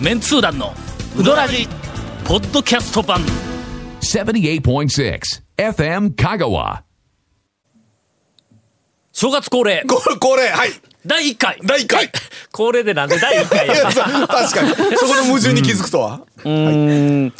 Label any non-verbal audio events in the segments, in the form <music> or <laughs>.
メンツー団のウドラジポッドキャスト版78.6 FM Kagawa. 正月恒例こ <laughs> れ、これ、はい。第1回第1回。恒例でなんで第1回い <laughs> ややそう確かに。 <laughs> そこの矛盾に気づくとは。え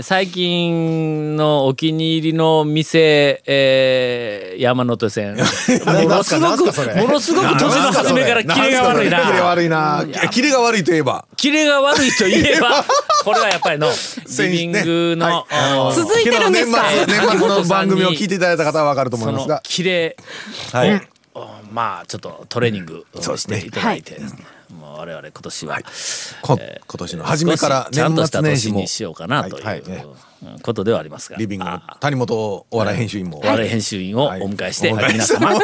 ー最近のお気に入りの店、えー山手 <laughs> 線ものすごなんすかなんすくかそれものすごく年の初めからキレが悪いなキレが悪いな。いやキレが悪いといえば。キレが悪いといえ <laughs> ばこれはやっぱりのリビングの、はいあの続いてるんですか昨日の年末、 <laughs> 年末の番組を聞いていただいた方はわかると思そいますのが。キレはい。をまあちょっとトレーニングをそうですねしていただいて、もう我々今年は、こ今年の初めから少しちゃんと年した末年年始もに、しようかなという、はいはういんことではありますがリビングのあ谷本お笑い編集員も。我々編集員をおはい迎えして、お迎え皆様、はい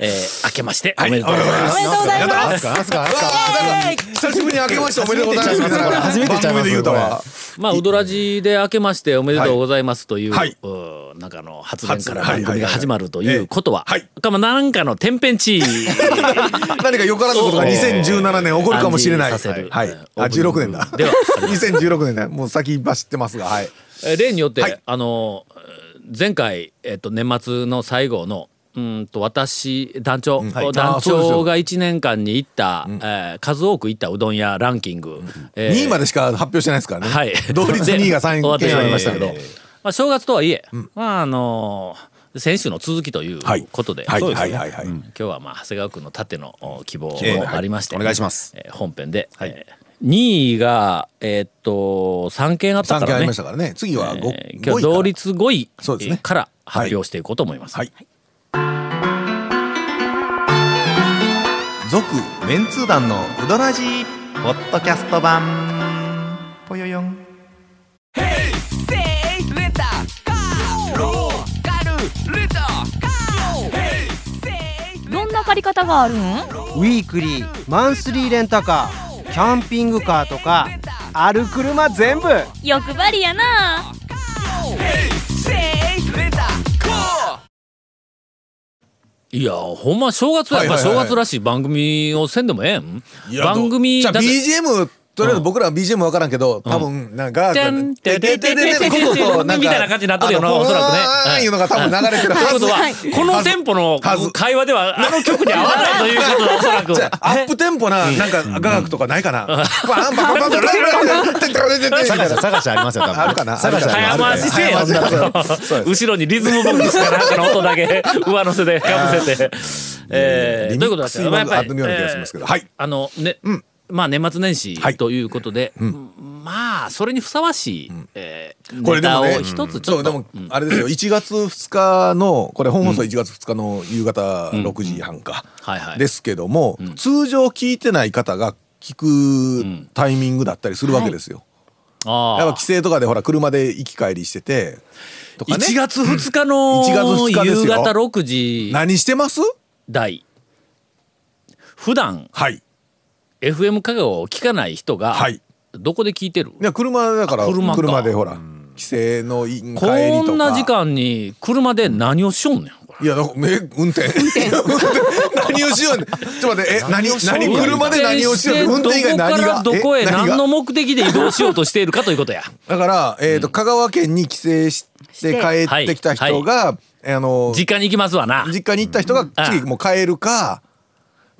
えー明けましておめでとうございます、おめでとうございなんます。かなんか久しぶりに明けましておめでとうご <laughs> ざいます。初めてちゃいます。番組で言うたわ。まあ、ウドラジで明けましておめでとうございますという、はいうんなんかあの発言から発番言組が始まるということは、はいはいかまあなんかの天変 <laughs> 地異何かよからぬことが2017年起こるかもしれない。暗示させるはい。あ、オープニング16年だ。ではあります2016年だ。もう先走ってますが、はい。え例によって、はいあの前回、えっと、年末の最後のうーんと私団長、はい団あそうです長よが1年間に行った、えー数多く行ったうどん屋ランキング、えー2位までしか発表してないですからね。はい、同率2位がで3位終わってしまいましたけど、えーまあ、正月とはいえ、まああの先週の続きというはいことで、はいそうですはねいはいはい。今日はまあ長谷川君の盾のお希望ええもありまして、はいお願いしますえー本編で、え2位がえーっと3件あった3か件らありねましたからね。次は5えー位今から。日同率5位えそうですねーから発表していこうと思います、はい。続メンツー団のウドラジーポッドキャスト版ぽよよんどんな借り方があるんウィークリーマンスリーレンタカーキャンピングカーとかある車全部欲張りやなはい、いやほんま正月はやっぱはいはい正はい月らしい番組をせんでもええんいや番組じゃあだって BGM とりあえず僕らは BGM わからんけど、多分なんかガーじゃんてててててててみたいな感じになっとるよなあのおそらくねあーいうのが多分流れてるというはことず。は、このテンポのはず会話では、あの曲に合わないということだ、おそらく。じゃあアップテンポななんか雅楽とかないかな。バンバンバンバンバンバンバン探し探しありますよ多分あるかな探しあ早るかあなりま回すしせえよ、早回しほんならそうです後ろにリズムボックスかなんかの音だけ上乗せでかぶせて。えリー、ミということッだっクスたにらまあもやっぱありるような気がしますけど。えーはい。あのね、まあ年末年始はいということで、うんまあそれにふさわしい、えーこれネでタをもね、一つちそょっうでとも。あれですよ1月2日のこれ本放送1月2日の夕方6時半かはいはいですけども、通常聞いてない方が聞くタイミングだったりするわけですよ。やっぱああ帰省とかでほら車で行き帰りしててとかね1月2日1の月2日です夕よ方6時何してます台普段はい FM 香川を聞かない人がはいどこで聞いてる、いや車だからあ車か車でほら帰省のい帰りとかこんな時間に車で何をしよんねんこれいやだからめ運転 <laughs> 何をしようねちょっと待ってえ何何車で何をしようって運転以外ど何がこからどこへえ何が何の目的で移動しようとしているかということや <laughs> だから、えーと香川県に帰省して帰ってきた人が、あの実家に行きますわな実家に行った人が次もう帰るか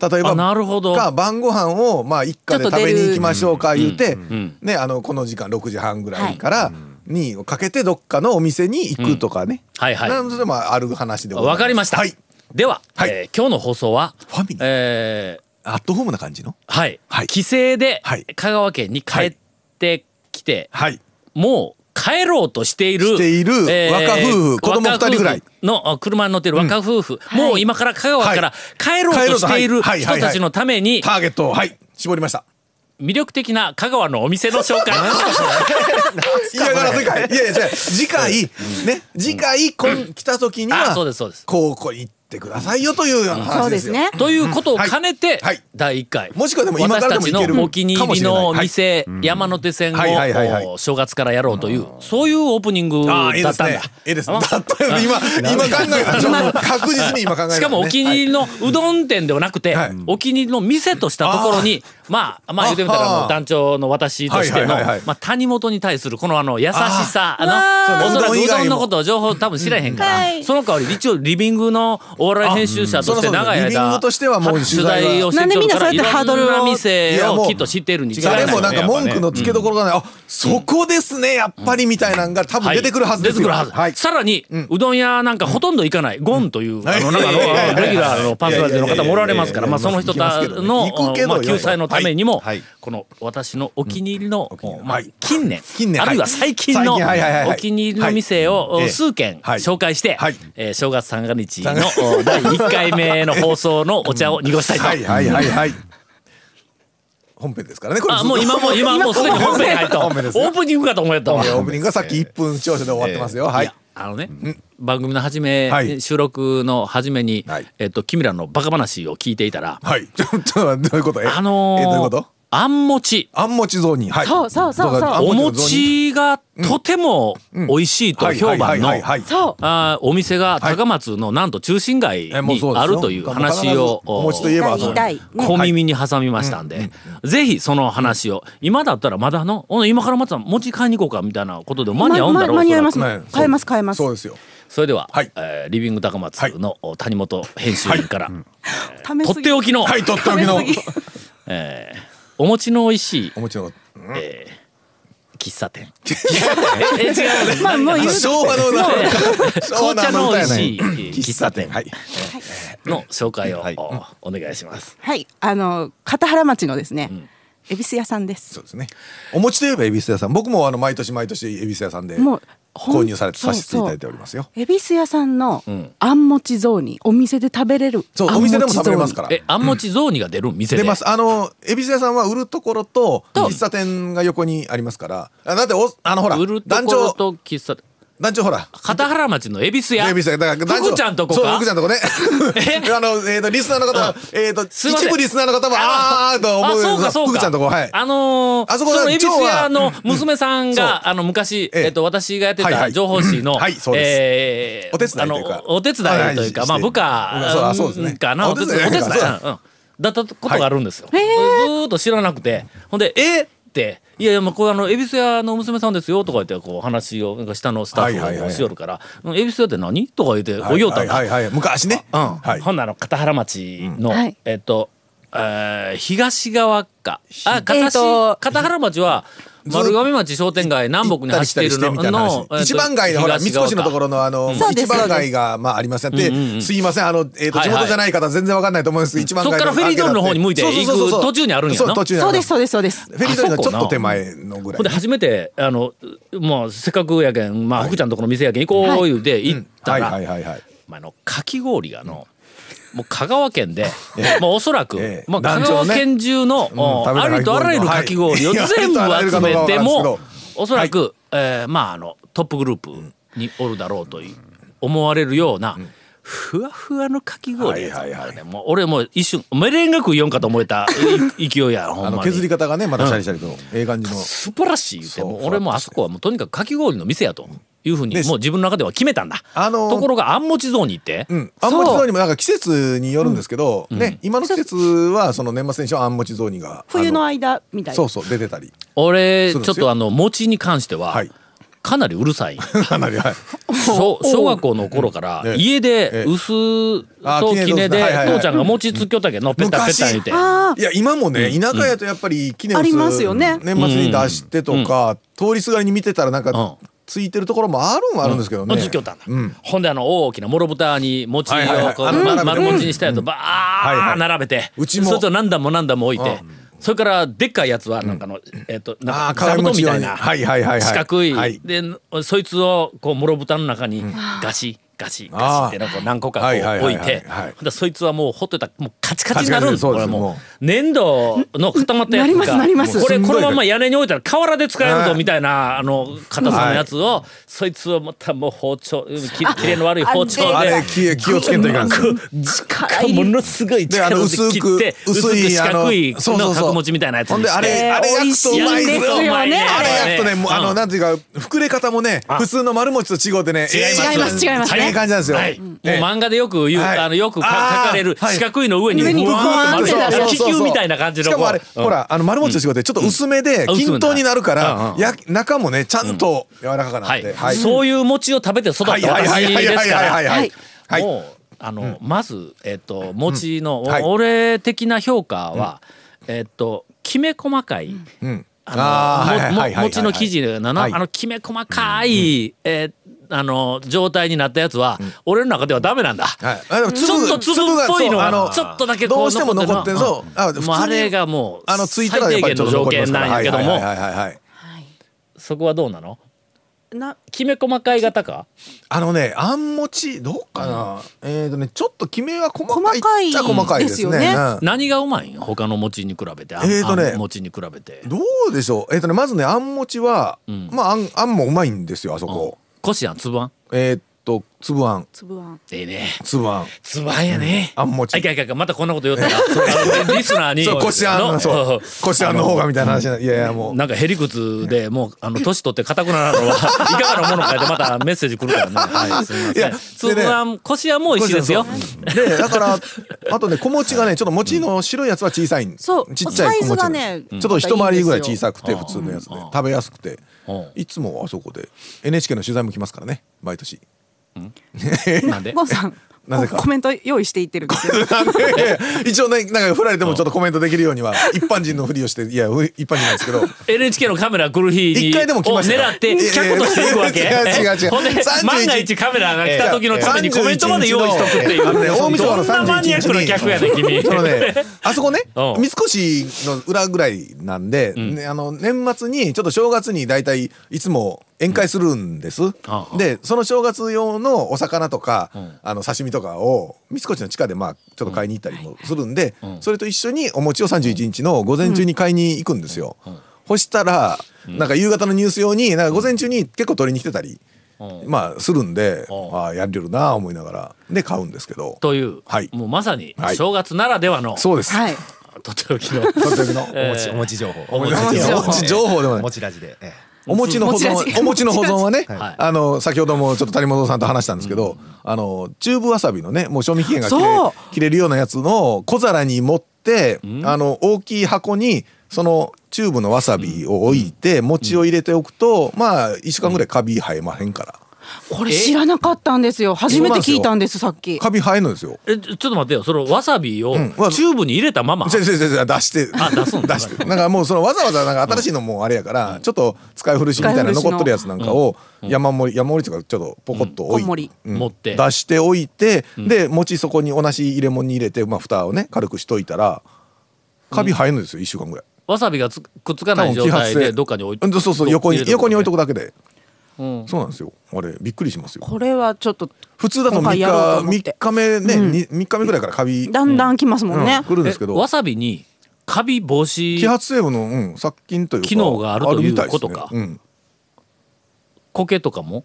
例えあばなるほどか晩ご飯をまあ一家でちょっと食出るべに行きましょうか言うて、んね、あのこの時間6時半ぐらいからにかけてどっかのお店に行くとかね、はいはいなんでもある話でございわかりました、はい、では、はいえー今日の放送はファミリーえーアットホームな感じのはい、はい帰省ではい香川県に帰ってきて、はいもう帰ろうとしているしている若夫婦子供若夫婦二人ぐらいのあ車に乗ってる若夫婦、もう今から香川から帰ろ帰うとろうとしているはい人はいはいはいたちのためにターゲットをはい絞りました魅力的な香川のお店の紹介嫌がら <laughs> せかいいやいやじゃあ次回ね次回こん来た時にあはそうですそうですこうこう行っってくださいよというような話ですよ。そうですね。ということを兼ねて、はい第1回。もしくはでも今私かたらでもちいけるのお気に入りのかもし店、山手線を、はいはいはいはいお正月からやろうという、そういうオープニングだああ、いいっでたすんねだ。。いいですね。だったよね。今、今考えたらちょっと確実に今考えたらね。しかもお気に入りのうどん店ではなくて、はいお気に入りの店としたところに、まあ、まあ言うてみたらあもう団長の私としての、はいはいはいはいまあ谷本に対するこのあの優しさ、ああの、おーそらくそうねううどん以ど外もんのことを情報多分知らへんから、はいその代わり一応リビングのお笑い編集者として長いうんそうそうそうリビン間、グとしてはもう取取材は材をしてきてるから、なんいでみんなそうやってろハードルんなを店をきっと知ってるに違いない誰もなんか文句の付けどころがない、あそこですね、やっぱりみたいなんが多分はい出てくるはずです出てよ。くるはずはい。さらに、うどん屋なんかほとんど行かない、ゴンという、あの、うんなんかあの、はいあのレギュラーのパーソナリティのいや方いやいやいやもおられますから、いやまあ、いやその人たちの、行くけどまあ、いやいや救済のためにもはいはい、この、私のお気に入りの入り、のまあは、い近年、近年あるいははい最近の、最近はいはいはいお気に入りの店をはいええ数軒はい紹介してはい、えー正月三が日のお第1回目の放送のお茶を濁したはいいと。はいはいはい。本編ですからね、これずあ、っと。もう今も、今もうすでに本編入った。オ本編ですよープニングかと思えたわ。オープニングがさっき1分聴取で終わってますよ。はいいや。あのね、番組の初め、はい収録の初めに、はいえっと君らのバカ話を聞いていたら、はい。ちょっと、どういうことえあのーえどういうことあんもちあんもち雑煮。はい。そうそうそうそうどぞあんおもち餅がとても美味しい雑と煮評判のはいはいはいはいそう。あーお店が高松のなんと中心街えもうにそうですよあるという話をお餅といえば、あの大体ね小耳に挟みましたんで、ぜひその話を今だったらまだのお今からまた餅買いに行こうかみたいなことでも間に合うんだろうま間に合いまおそすらくね買えます買えますそうですよ。それでは、はいえーリビング高松のお谷本編集員から、ためとっておきの、はい、とっておきの食べ過えーお餅の美味しいお餅の。喫茶店。ええ違う。まあもう言う昭和の歌や紅茶の美味しいね喫茶店はい。の紹介をはいおお願いします。はいあの片原町のですね恵比寿屋さんでそすうですね。お餅といえば恵比寿屋さん。僕もあの毎年毎年恵比寿屋さんでもうほ購ん入されてそうさせていただいておりますよ。恵比寿屋さんのんあんもち雑煮お店で食べれるそうお店でも食べれますから。え、あんもち雑煮が出る店で。出ます。あの恵比寿屋さんは売るところとと喫茶店が横にありますから。あだっておあのほら売ると団ころ長と喫茶店。団長ほら。片原町の恵比寿屋。恵比寿屋だから団長福ちゃんとこそうか福ちゃんとこねえ <laughs> あのえっとリスナーの方はえっとすいません一部リスナーの方はあーと思うあそうかそうか福ちゃんとこはいあのーあそこだその恵比寿蝶屋はの娘さんうんが、あの昔、えええっと私がやってはいはたい情報誌の、はいそうですえーお手伝いというかあのお手伝いというか、はいまあして部下そうあそうですねかなあおお手手伝伝いお手い伝いそうだうんだったことがあるんですよ。ずーっと知らなくて、ほんでえーって。いやいや、まあ、これあの、恵比寿屋の娘さんですよ、とか言って、こう、話を、なんか下のスタはいッはいはフいはをいしよるから、うん恵比寿屋って何とか言って、おいようたんがはいはいはい昔ねうんはいほんなら片原町の、うんはいえっと、えー東側かあ片,、えーと片原町は丸亀町商店街南北に走っているの行ったり来たりしてみたいな話の、えーと一番街のほら三越のところのあのそうで一す番街がまあありませんで、すいませんあのえっとはい地はい元じゃない方全然わかんないと思うんですけど一番街そのっからフェリー通りの方に向いてそうそうそうそう行く途中にあるんやなそう途中にあそうるですそうですそうですフェリー通りのちょっと手前のぐらほんでい初めてあのもうせっかくやけん、まあ福ちゃんとこの店やけん行こう言うて行ったはいら、はいはいはいまあ、あのかき氷がの、もう香川県 <laughs> で、もうおそらく、ええまあ、香団川長ね県中の、もう食べあたりとあらゆるかかきき氷氷をはい全部集めていやありとあらゆるかどうもかわからんですおそらく、えーまああのトップグループにおるだろうという思われるような、ふわふわのかき氷やつ、はいはいはもう俺もう一瞬メレンゲ食いよんかと思えたい <laughs> 勢いやほあんのまに削り方がねまたシャリシャリとええ感じの素晴らしい言うてそうもう俺もあそこはもうとにかくかき氷の店やというふうにでもう自分の中では決めたんだ、あのーところがあんもちゾーンに行って、うん、あんもち雑煮もなんか季節によるんですけど、ね今の季節はその年末年始はあんもち雑煮が冬のあ間みたのいそなうそう出てたり俺ちそょうっなんですよとあの餅に関しては、はい <laughs> かなりうるさいかなりはい小小学校の頃からええ家でええ薄あと絹きねとではいはいはい父ちゃんが餅つきよったけんのペタペタ言うてあいや今もね田舎やとやっぱり記念ありますよね年末に出してとか、通りすがりに見てたらなんかうんついてるところもあるんはあるんですけどね、つきよったんだ、うんほんであの大きなもろ豚に餅をはいはいはいこうあのま並べて丸餅にしたやつをバはいはーい並べてうちもそれと何段も何段も置いてうそれからでっかいやつはなんかの、えっ、となあんーか座布団みたい鏡餅用なにはいはいはいはい四角い、はいでそいつをこうもろ豚の中にガシガシガシってのをこう何個かこはいはいう置はいいはいてはいほんでそいつはもうほっといたらもうカチカチになるんカチカチだこですそうですれももう粘土の固まったやつがなりますなりますもうこれもうこすんごのいまま屋根に置いたら瓦で使えるはぞいみたいなあの硬さのやつをそいつをまたもう包丁ききれの悪い包丁あでれ気気をつけんといかんですよ力ものすごいであ力ので薄切っくて薄く四角いそうそうそのう角持ちみたいなやつほんにでしあれてあれ焼くとうまい美味しいんですぞよねあれ焼くとねもうあうのんなんていうか膨れ方もね普通の丸餅と違うてね違います違います大変感じなんですよはい、もうええ漫画でよく言う、はいあのよくかあー書かれるはい四角いの上に上にブワーンとブワーンって丸なくる気球みたいな感じのしかもあれ、うんほらあの丸餅の仕事でちょっと薄めでうん均等になるかうんら、うんや中もねちゃんと柔らかくなはっいて、そういう餅を食べて育ったはい私はいはいはいですかはいらはいはいはいもうあの、まず、えっと餅の、はい俺的な評価は、えっときめ細かい、んああーはいのもはいはいはいも餅の生地のようなの、はいあのきめ細かい、えーあの状態になったやつは、俺の中ではダメなんだ。はいあでも粒ちょっと粒っぽいのそうあがちょっとだけこうどうしても残ってるるのそうあ普通もうにあれがもうあのついたらやっぱりちょっと残りますから最低限の条件なんやけどもはいはいはいはいはいそこはどうなのなきめ細かい型かあのねあん餅どうかな、えーとねちょっときめは細かい細かいっちゃ細かいですねですようん何がうまいん他の餅に比べてあんえーとねあん餅に比べてどうでしょうえっ、とねまずねあん餅は、んまああんあんもうまいんですよあそこ、こしあんつぶあんえーっと粒あん粒あんええね粒あんつぶあんやねあん餅あいかんいかんいかんまたこんなこと言うた <laughs> らあのリスナーにそう、こしあん、そう、こしあんの方がみたいな話な、いやいや、もう。なんかへりくつでもうあの年取って硬くなるのはいかがなものかってまたメッセージ来るからね。はい、すみまいせん。やつぶあんこしあんも美味しいですよ。で、だから、あとね、小餅がね、ちょっと餅の白いやつは小さいんそうちっちゃい小餅サなイんでズがす。ねちょっと一回りぐらい小さくて、うん普通のやつでうん、食べやすくてうん。いつもあそこで、NHK の取材も来ますからね、毎年。なんでゴーさんなぜかココメント用意していってるんですよ <laughs> 一応ね、なんか振られてもちょっとコメントできるようには、一般人のふりをして、いや、一般人なんですけど。 NHK のカメラ来る日に一回でも来ましたよを狙って客としていくわけ。いやいや違う違う違うほんで31万が一カメラが来た時のためにコメントまで用意しとくっていあのねう。大晦日のどんなマニアックな客やね君。 <laughs> そのね、あそこね、 <laughs> う三ん越の裏ぐらいなんで、ねあの年末にちょっと正月に大体いつも宴会するんです。あで、その正月用のお魚とか、んあの刺身とかを三越の地下でまあちょっと買いに行ったりもするんで、それと一緒にお餅を31日の午前中に買いに行くんですよ。そしたら、なんか夕方のニュース用になんか午前中に結構取りに来てたり。うんまあするんで、うんああやれるなあ思いながらで買うんですけどという、はいもうまさにはい正月ならではの、そうです、はいとっておきの。とっておきのえーお餅お餅情報お餅情報お餅情報でもおない餅ラジで、えお餅の保存お餅はお餅の保存はね、はいあの先ほどもちょっと谷本さんと話したんですけど、あのチューブわさびのねもう賞味期限が切れそう切れるようなやつの小皿に盛って、あの大きい箱にそのチューブのわさびを置いて、餅を入れておくとまあ1週間ぐらいカビ生えまへんから、これ知らなかったんで <laughs> すよ初めて聞いたんですさっきカビ生えるのですよ。え、ちょちょっと待ってよ。そのわさびをチんューブに入れたまま。先生先生出してあ出すんだ <laughs> 出してなんかもうそのわざわざなんか新しいのもあれやから、ちょっと使い古しみたいな使い古し残のっとるやつなんかを山盛り山盛りというかちょっとポコッと置うんこんもりい、うん持って出しておいて、で餅そこにおなし入れ物に入れてまあ蓋をね軽くしといたらカビ生えるんですよ1週間ぐらい。わさびがつくっつかない状態でどっかに置いうんそうそう横に横に置いとく。くだけで、うんそうなんですよあれびっくりしますよこれはちょっと普通だと3今回やろうと日思っ三て日目ね、に三日目ぐらいからカビ、だんだん来ますもうんんね、来るんですけえどわさびにカビ防止揮発成分の、うん、殺菌というか機能があるというみたですねことかうん、苔とかも。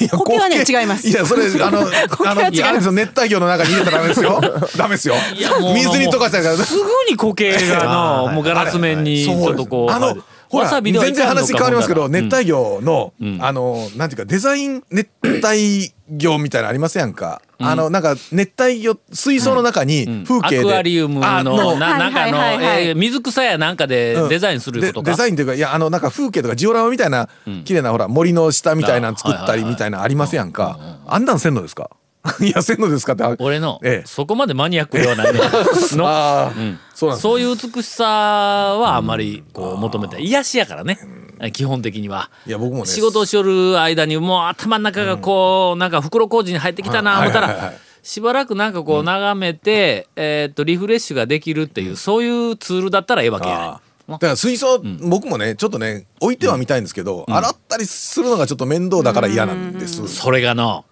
いや苔はね苔違いますいやそれあの苔はあの違いますあれですよ熱帯魚の中に入れたらダメで <laughs> すよダメですよいやもう水に溶かしたからすぐに固形がの、もうガラス面にちそうょっとこう。あのほわらさびではい全然かんのか話変わりますけどほんなら熱帯魚の、んあのなんていうかデザイン熱帯魚みたいなのありますやんか、あのなんか熱帯魚水槽の中うんに風景で、アクアリウムあのなはないんかはいあはいはいのえー水草やなんかうでんデザインすることでかデザインというかいやあのなんか風景とかジオラマみたいな、綺麗なほら森の下みたいなの作ったりみたいなのありますやんか、あんなんせんのですか <laughs> いやせんのですかってあ俺のええそこまでマニアックではないねのあー、そうなんですそういう美しさはあんまりこう求めて癒しやからね基本的には。いや僕もね仕事をしよる間にもう頭の中がこうなんか袋小路に入ってきたなは思いったはいはいはらいしばらくなんかこう眺めてえーっとリフレッシュができるっていうそういうツールだったらええわけやあーだから水槽、僕もねちょっとね置いてはみたいんですけど、洗ったりするのがちょっと面倒だから嫌なんです、それがの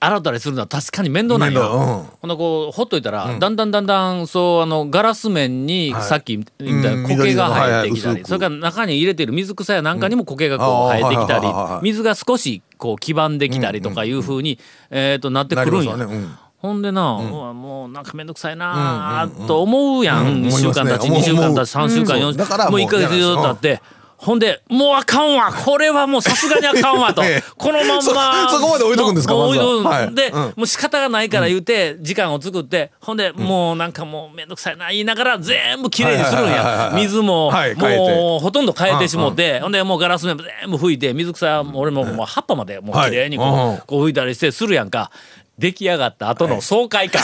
洗ったりするのは確かに面倒なんよ、面倒うんほんなこうほっといたら、だんだんだんだんそうあのガラス面にさっきみたいうんな苔が入ってきた緑のはいはいり、薄くそれから中に入れてる水草やなんかにも苔がこううんあー生えてきたり、はいはいはいはい水が少しこう黄ばんできたりとかいうふうに、えー、となってくるんなや、りますわねうんほんでな、うわもうなんか面倒くさいなーと思うやうんん、思いま一すね週間たち思う二週間たち思う3週間うん4週だから間ももうう1ヶ月以上経って。ほんで、もうあかんわ、これはもうさすがにあかんわと <laughs> ええ、このまんま。そそこまで置いとくんですかもうまずは置いとくはいで、うんもう仕方がないから言うて、時間を作って、ほんで、もうなんかもうめんどくさいな、言いながら全部きれいにするんはいはいはいやは。い水も、はい変えてもうほとんど変えてしもって、ほんでもうガラス面も全部拭いて、水草も俺ももう葉っぱまでもうきれいにこう、はいうんこう吹いたりしてするやんか。出来上がった後の爽快感。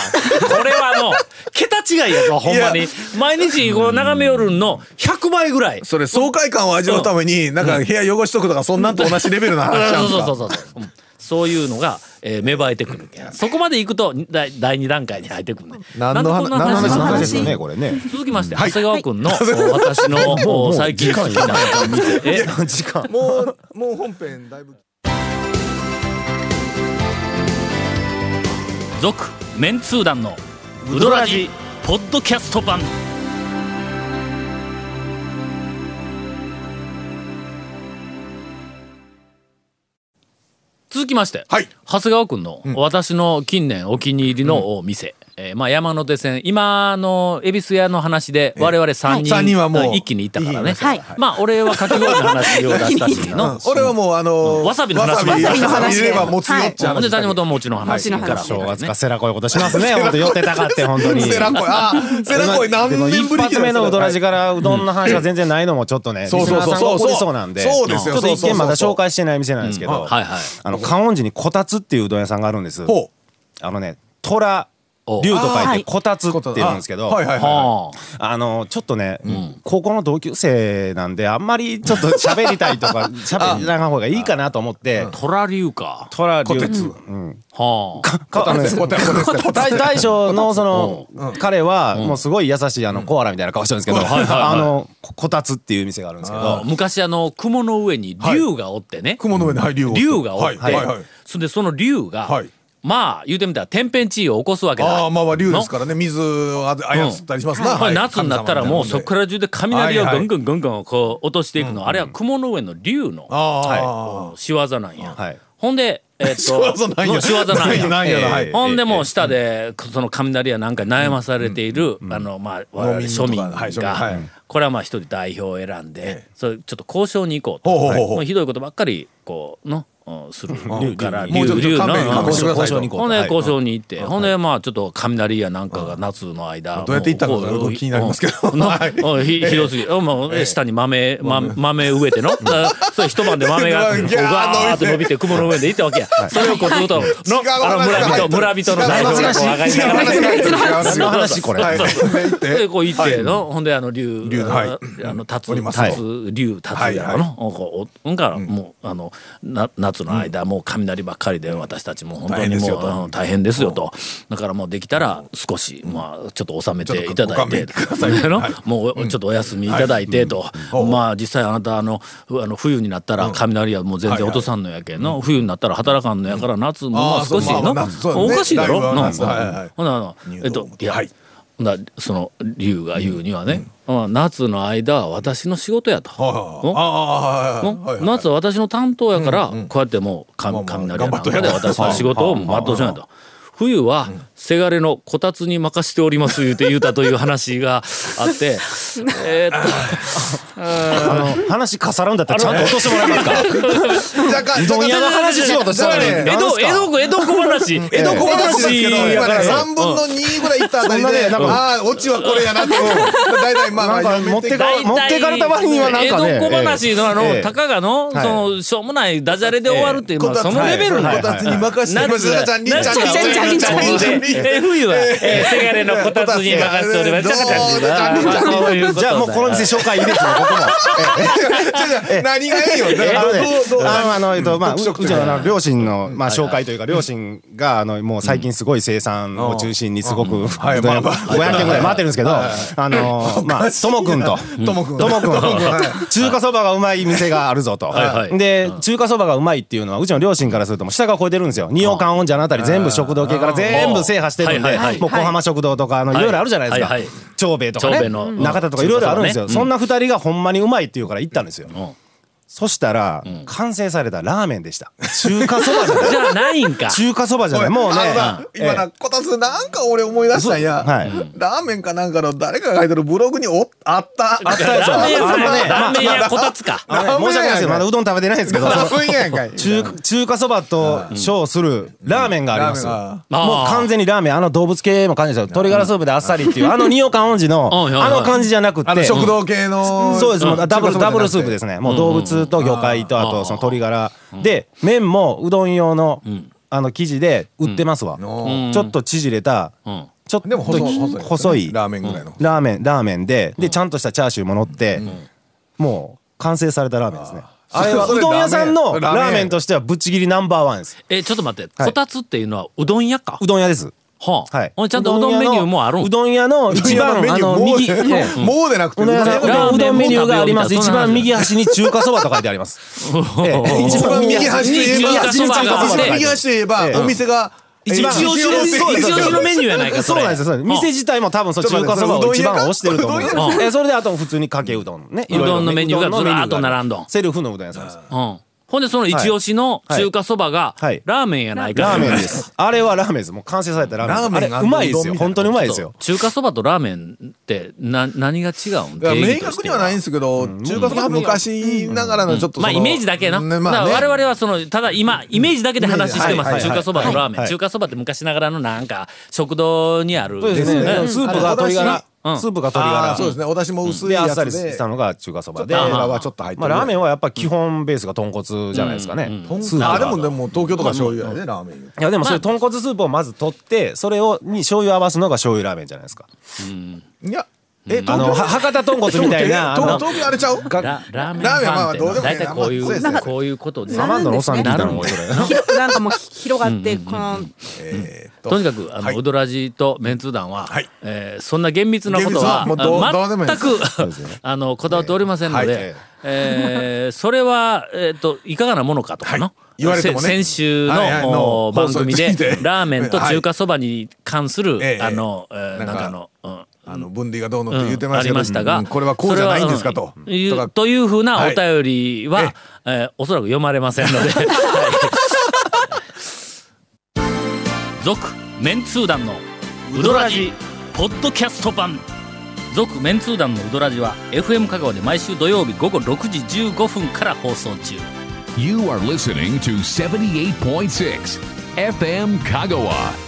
これは <laughs> もう、桁違いやぞ、ほんまいにや。毎日こう眺めよるんの100倍ぐらい。それ爽快感を味わうために、なんか部屋汚しとくとかそんなんと同じレベルな話なんですそうかそうそうそう。うんそういうのが、えー芽生えてくる。そこまで行くと第第二段階に入ってくるね。な何のんで話こんな何の話何のなん話ですよねこれね。続きまして、長谷川君の、お私のお最近好きなえ <laughs> 時間。もうもう本編だいぶ続メンツー団のウドラジポッドキャスト版続きまして、はい長谷川君の私の近年お気に入りのお店、えーまあ、山手線今の恵比寿屋の話で我々3人,、三人はもう一気に行ったからね、はいまあ俺はかき氷の話を出 <laughs> したしうのん俺はもうあのーわさびの話わさわさびの話入れればもつよ <laughs> ってほんで話谷本もちの話餅のか話ら正月かせらこいことしますね。本当寄ってたかって本 <laughs> 当に。セラコイあーセラコイ何年ぶり一発目のうどらじからうどんの話が全然ないのもちょっとね、そうそうそうリスナーさんが怒りそうなんで、そうですよちょっと一そうそうそう見まだ紹介してない店なんですけど、はいはいあの観音寺にこたつっていううどん屋さんがあるんです。ほあのね、虎お竜と書はいていこたつって言うんですけあど、はいはいははああのちょっとね、高校の同級生なんであんまりちょっと喋りたいとか喋らない方がいいかなと思って、トラリュウか。虎竜はあ。かあのねいこたつ <laughs> 大大将のその彼はもうすごい優しいあのコアラみたいな顔してるんですけど、はいはいはいあのここたつっていう店があるんですけど、昔あの雲の上に竜がおってね。雲の上に入りを竜がおはっいて、はいはいそんでその竜が、はいまあ言うてみたら天変地異を起こすわけだ。ああまあまあ竜ですかからね水をあ操ったりしますなまはあ、い夏になったらもうそこから中で雷をぐんぐんぐんぐんこう落としていくの、あれは雲の上の竜のあ仕業なんや、はいほんでえっと仕あそうなんや仕業なんや <laughs> なんやなはえいえほんでもう下でその雷やなんかに悩まされているあのまあ我々庶農民民とかはい庶民はいがこれはまあ一人代表を選んでそれちょっと交渉に行こうほうとほうほうほうもうひどいことばっかりこうのうんするからもうちょっと竜勘弁勘弁してくださいと交渉に行こうほんではい交渉に行ってほんでまあちょっと雷やなんかが夏の間どうやって行ったのかもうこう気になりますけどうんはいうんひひどすぎるもう下に豆ま豆植え <laughs> てのだからそれ一晩で豆がこうギャーガーッと伸びて雲の上で行ったわけやそれをこうずっとの違うあの話が村入人ってる村人の代表がこう上がりながら違う話違う話何の話これ、はいでこう行ってはの、ほんであの竜竜のはいあのあの立おつります立つ竜立つやはろいの、はこうおんからもうあのな夏の間、もう雷ばっかりで私たちも本当大変にですもようとあの大変ですよとだからもうできたら少し、まあちょっと収めていただいてちょっとご勘弁くださいのもうちょっとお休みいただいてと、まあ実際あなたあのふあの冬になったら雷はもう全然落とさんのやけんの、冬になったら働かんのやから夏もまああー少そうしの、まあまあ夏そうだねおかしいだろだいぶはな夏はいはいほなあのえっといや、はいほなその竜が言うにはね、まあ夏の間は私の仕事やと。あああの夏は私の担当やから、こうやってもうまあ神まあ雷やなんか頑で張っと私の仕事を全うしないと。冬はせがれのこたつに任しております言うて言うたという話があって <laughs> えーっあの話かさらうんだったらちゃんと落としてもらえま <laughs> すかううどん屋の話しようとしたのにえと江戸江戸江戸小話江江戸小話ですけど、や今からね、ね三分の二ぐらいいったあたりそんなで、ねなんかああ、オチはこれやなって、大体まあまあ、なんか持ってか大体持ってかれた割にはなんかね江戸小話のあの、ええたかがの、はいそのしょうもないダジャレで終わるっていう、まあ、こたつそのレベルの、こたつに任せて、夏ちゃんに、ちゃんに、ちゃんちゃんりんちゃんりんちゃんえー冬は、えー、せがれのこたつに任せております。どうぞまあそういうことじだゃあもうこの店紹介いいですね、ここも。何がいいよ。だからあのねどうどうあのあのえっとまあうう特ち色というかのあの両親のまあ紹介というか両親があのもう最近すごい生産を中心にすごくいまあまあ500件ぐらい回ってるんですけどあのまあともくんとともくんともくん中華そばがうまい店があるぞとはいはいで中華そばがうまいっていうのはうちの両親からするともう舌が超えてるんですよ仁王館温茶のあたり全部食堂系から全部制覇してるんはでいはいはいもう小浜食堂とかあのいろいろあるじゃないですかはいはいはい長兵衛とか長兵ね衛の中田とかいろいろあるんですうよんそんな二人がほんまにうまいっていうから行ったんですよんそしたら、完成されたラーメンでした。中華そばじゃなじい。ゃあないんか。中華そばじゃない。もうねあのな。ええ今な、こたつなんか俺思い出したんや。そうはいラーメンかなんかの誰かが書いてるブログにおあった。あったやつラーメン屋さんあのねラーメン屋こたつか。あのね申し訳ないですけど、まだうどん食べてないんですけど。分やんかい。中中華そばと称するラーメンがあります、うんラーメンがもう完全にラーメンあの動物系も感じですよ鶏ガラスープであっさりっていうあの二オカンジうんのうんあの感じじゃなくってあの食堂系の。そうです、もうダ中ブ華そばじゃなくてルダブルスープですねもう動物と魚介とあとその鶏ガラで麺もうどん用のあの生地で売ってますわ、のちょっと縮れた、んちょっとでも細い細いララーメンぐらいの。ーメンラーメンで、でちゃんとしたチャーシューも乗って、もう完成されたラーメンですねあれはそうれどん屋さんのラーメンラーメンとしてはぶっちぎりナンバーワンですえ、ちょっと待って、はいこたつっていうのはうどん屋かう。どん屋ですはあ。はいほんでちゃんとうどんメニューもあるん <laughs> うどん屋の一番あのもう右でええもうでなくて。うどん屋さんうラーメンどんうどんメニューがありますラーメンも一食べよう番み右端に中華そばと書いてありますええ一番右端といえば右端に中華そばと書いてあり右ます足といえばええお店が一番えーそうです一押しのメニューやないかそそうれなんですよそうなんですうん店自体も多分そう中華そばを一番推してると思うんですうどん屋よえそれであと普通にかけうどんねうどんのメニューがずらーっと並んどんセルフのうどん屋さんですうん。ほんでその一押しの中華そばが、はいラーメンやないか。ラーメンで。すあれはラーメンですもう完成されたラーメンラーメンですあれうまいですよ本当にうまいですよ中華そばとラーメンってな何が違うんいや定明義とし確てにはないんですけど、中華そばは昔ながらのちょっとそまあの、イメージだけな。ねだまかあね、ら我々はその、ただ今、イメージだけで話してます。はいはい中華そばのラーメン、はい中華そばって昔ながらのなんか、食堂にある。そうですねスープが鶏ガラうんスープが鶏あーそうでガすね。お出汁も薄ラいであっやさつりしでた。のが中華そばで油はちょっと入ってまある。ラーメンはやっぱ基本ベースが豚骨じゃないですかねスープがあでもでも東京とか醤油やねラーメン。いやでもそれ豚骨スープをまず取ってそれをに醤油を合わすのが醤油ラーメンじゃないですかいや、え、あ東の京は博多豚骨みたいなあの東京あれちゃうララーメンラーメンはまさんあってどうでもいい大な体こういまあそうでう、すねこういうことでサマンドのおっさんに聞いたのもそれ広なんかもう <laughs> 広がってこのえーっととにかく、あの、はいうどらじとメンツー団は、はいえーそんな厳密なことは、厳密はもうど <laughs> うあどうでもいい全ですく、あの、こだわっておりませんので、はいえーそれは、えっ、と、いかがなものかとかの、はい言われてもねせ先週の,、はいはいのお番組で放送についてラーメンと中華そばに関する、 <laughs> いええあの、えーななんかんかあの、うんあの分類がどうのっうてん言ってまあしたけりど、ましたが、うんこれはこうじゃないんですかそと。れはうんいうとかというふうなお便りは、はいえーおそらく読まれません <laughs> ので。続、メンツー団のウドラジポッドキャスト版。続、メンツー団のウドラジは FM 香川で毎週土曜日午後6時15分から放送中。 You are listening to 78.6 FM Kagawa.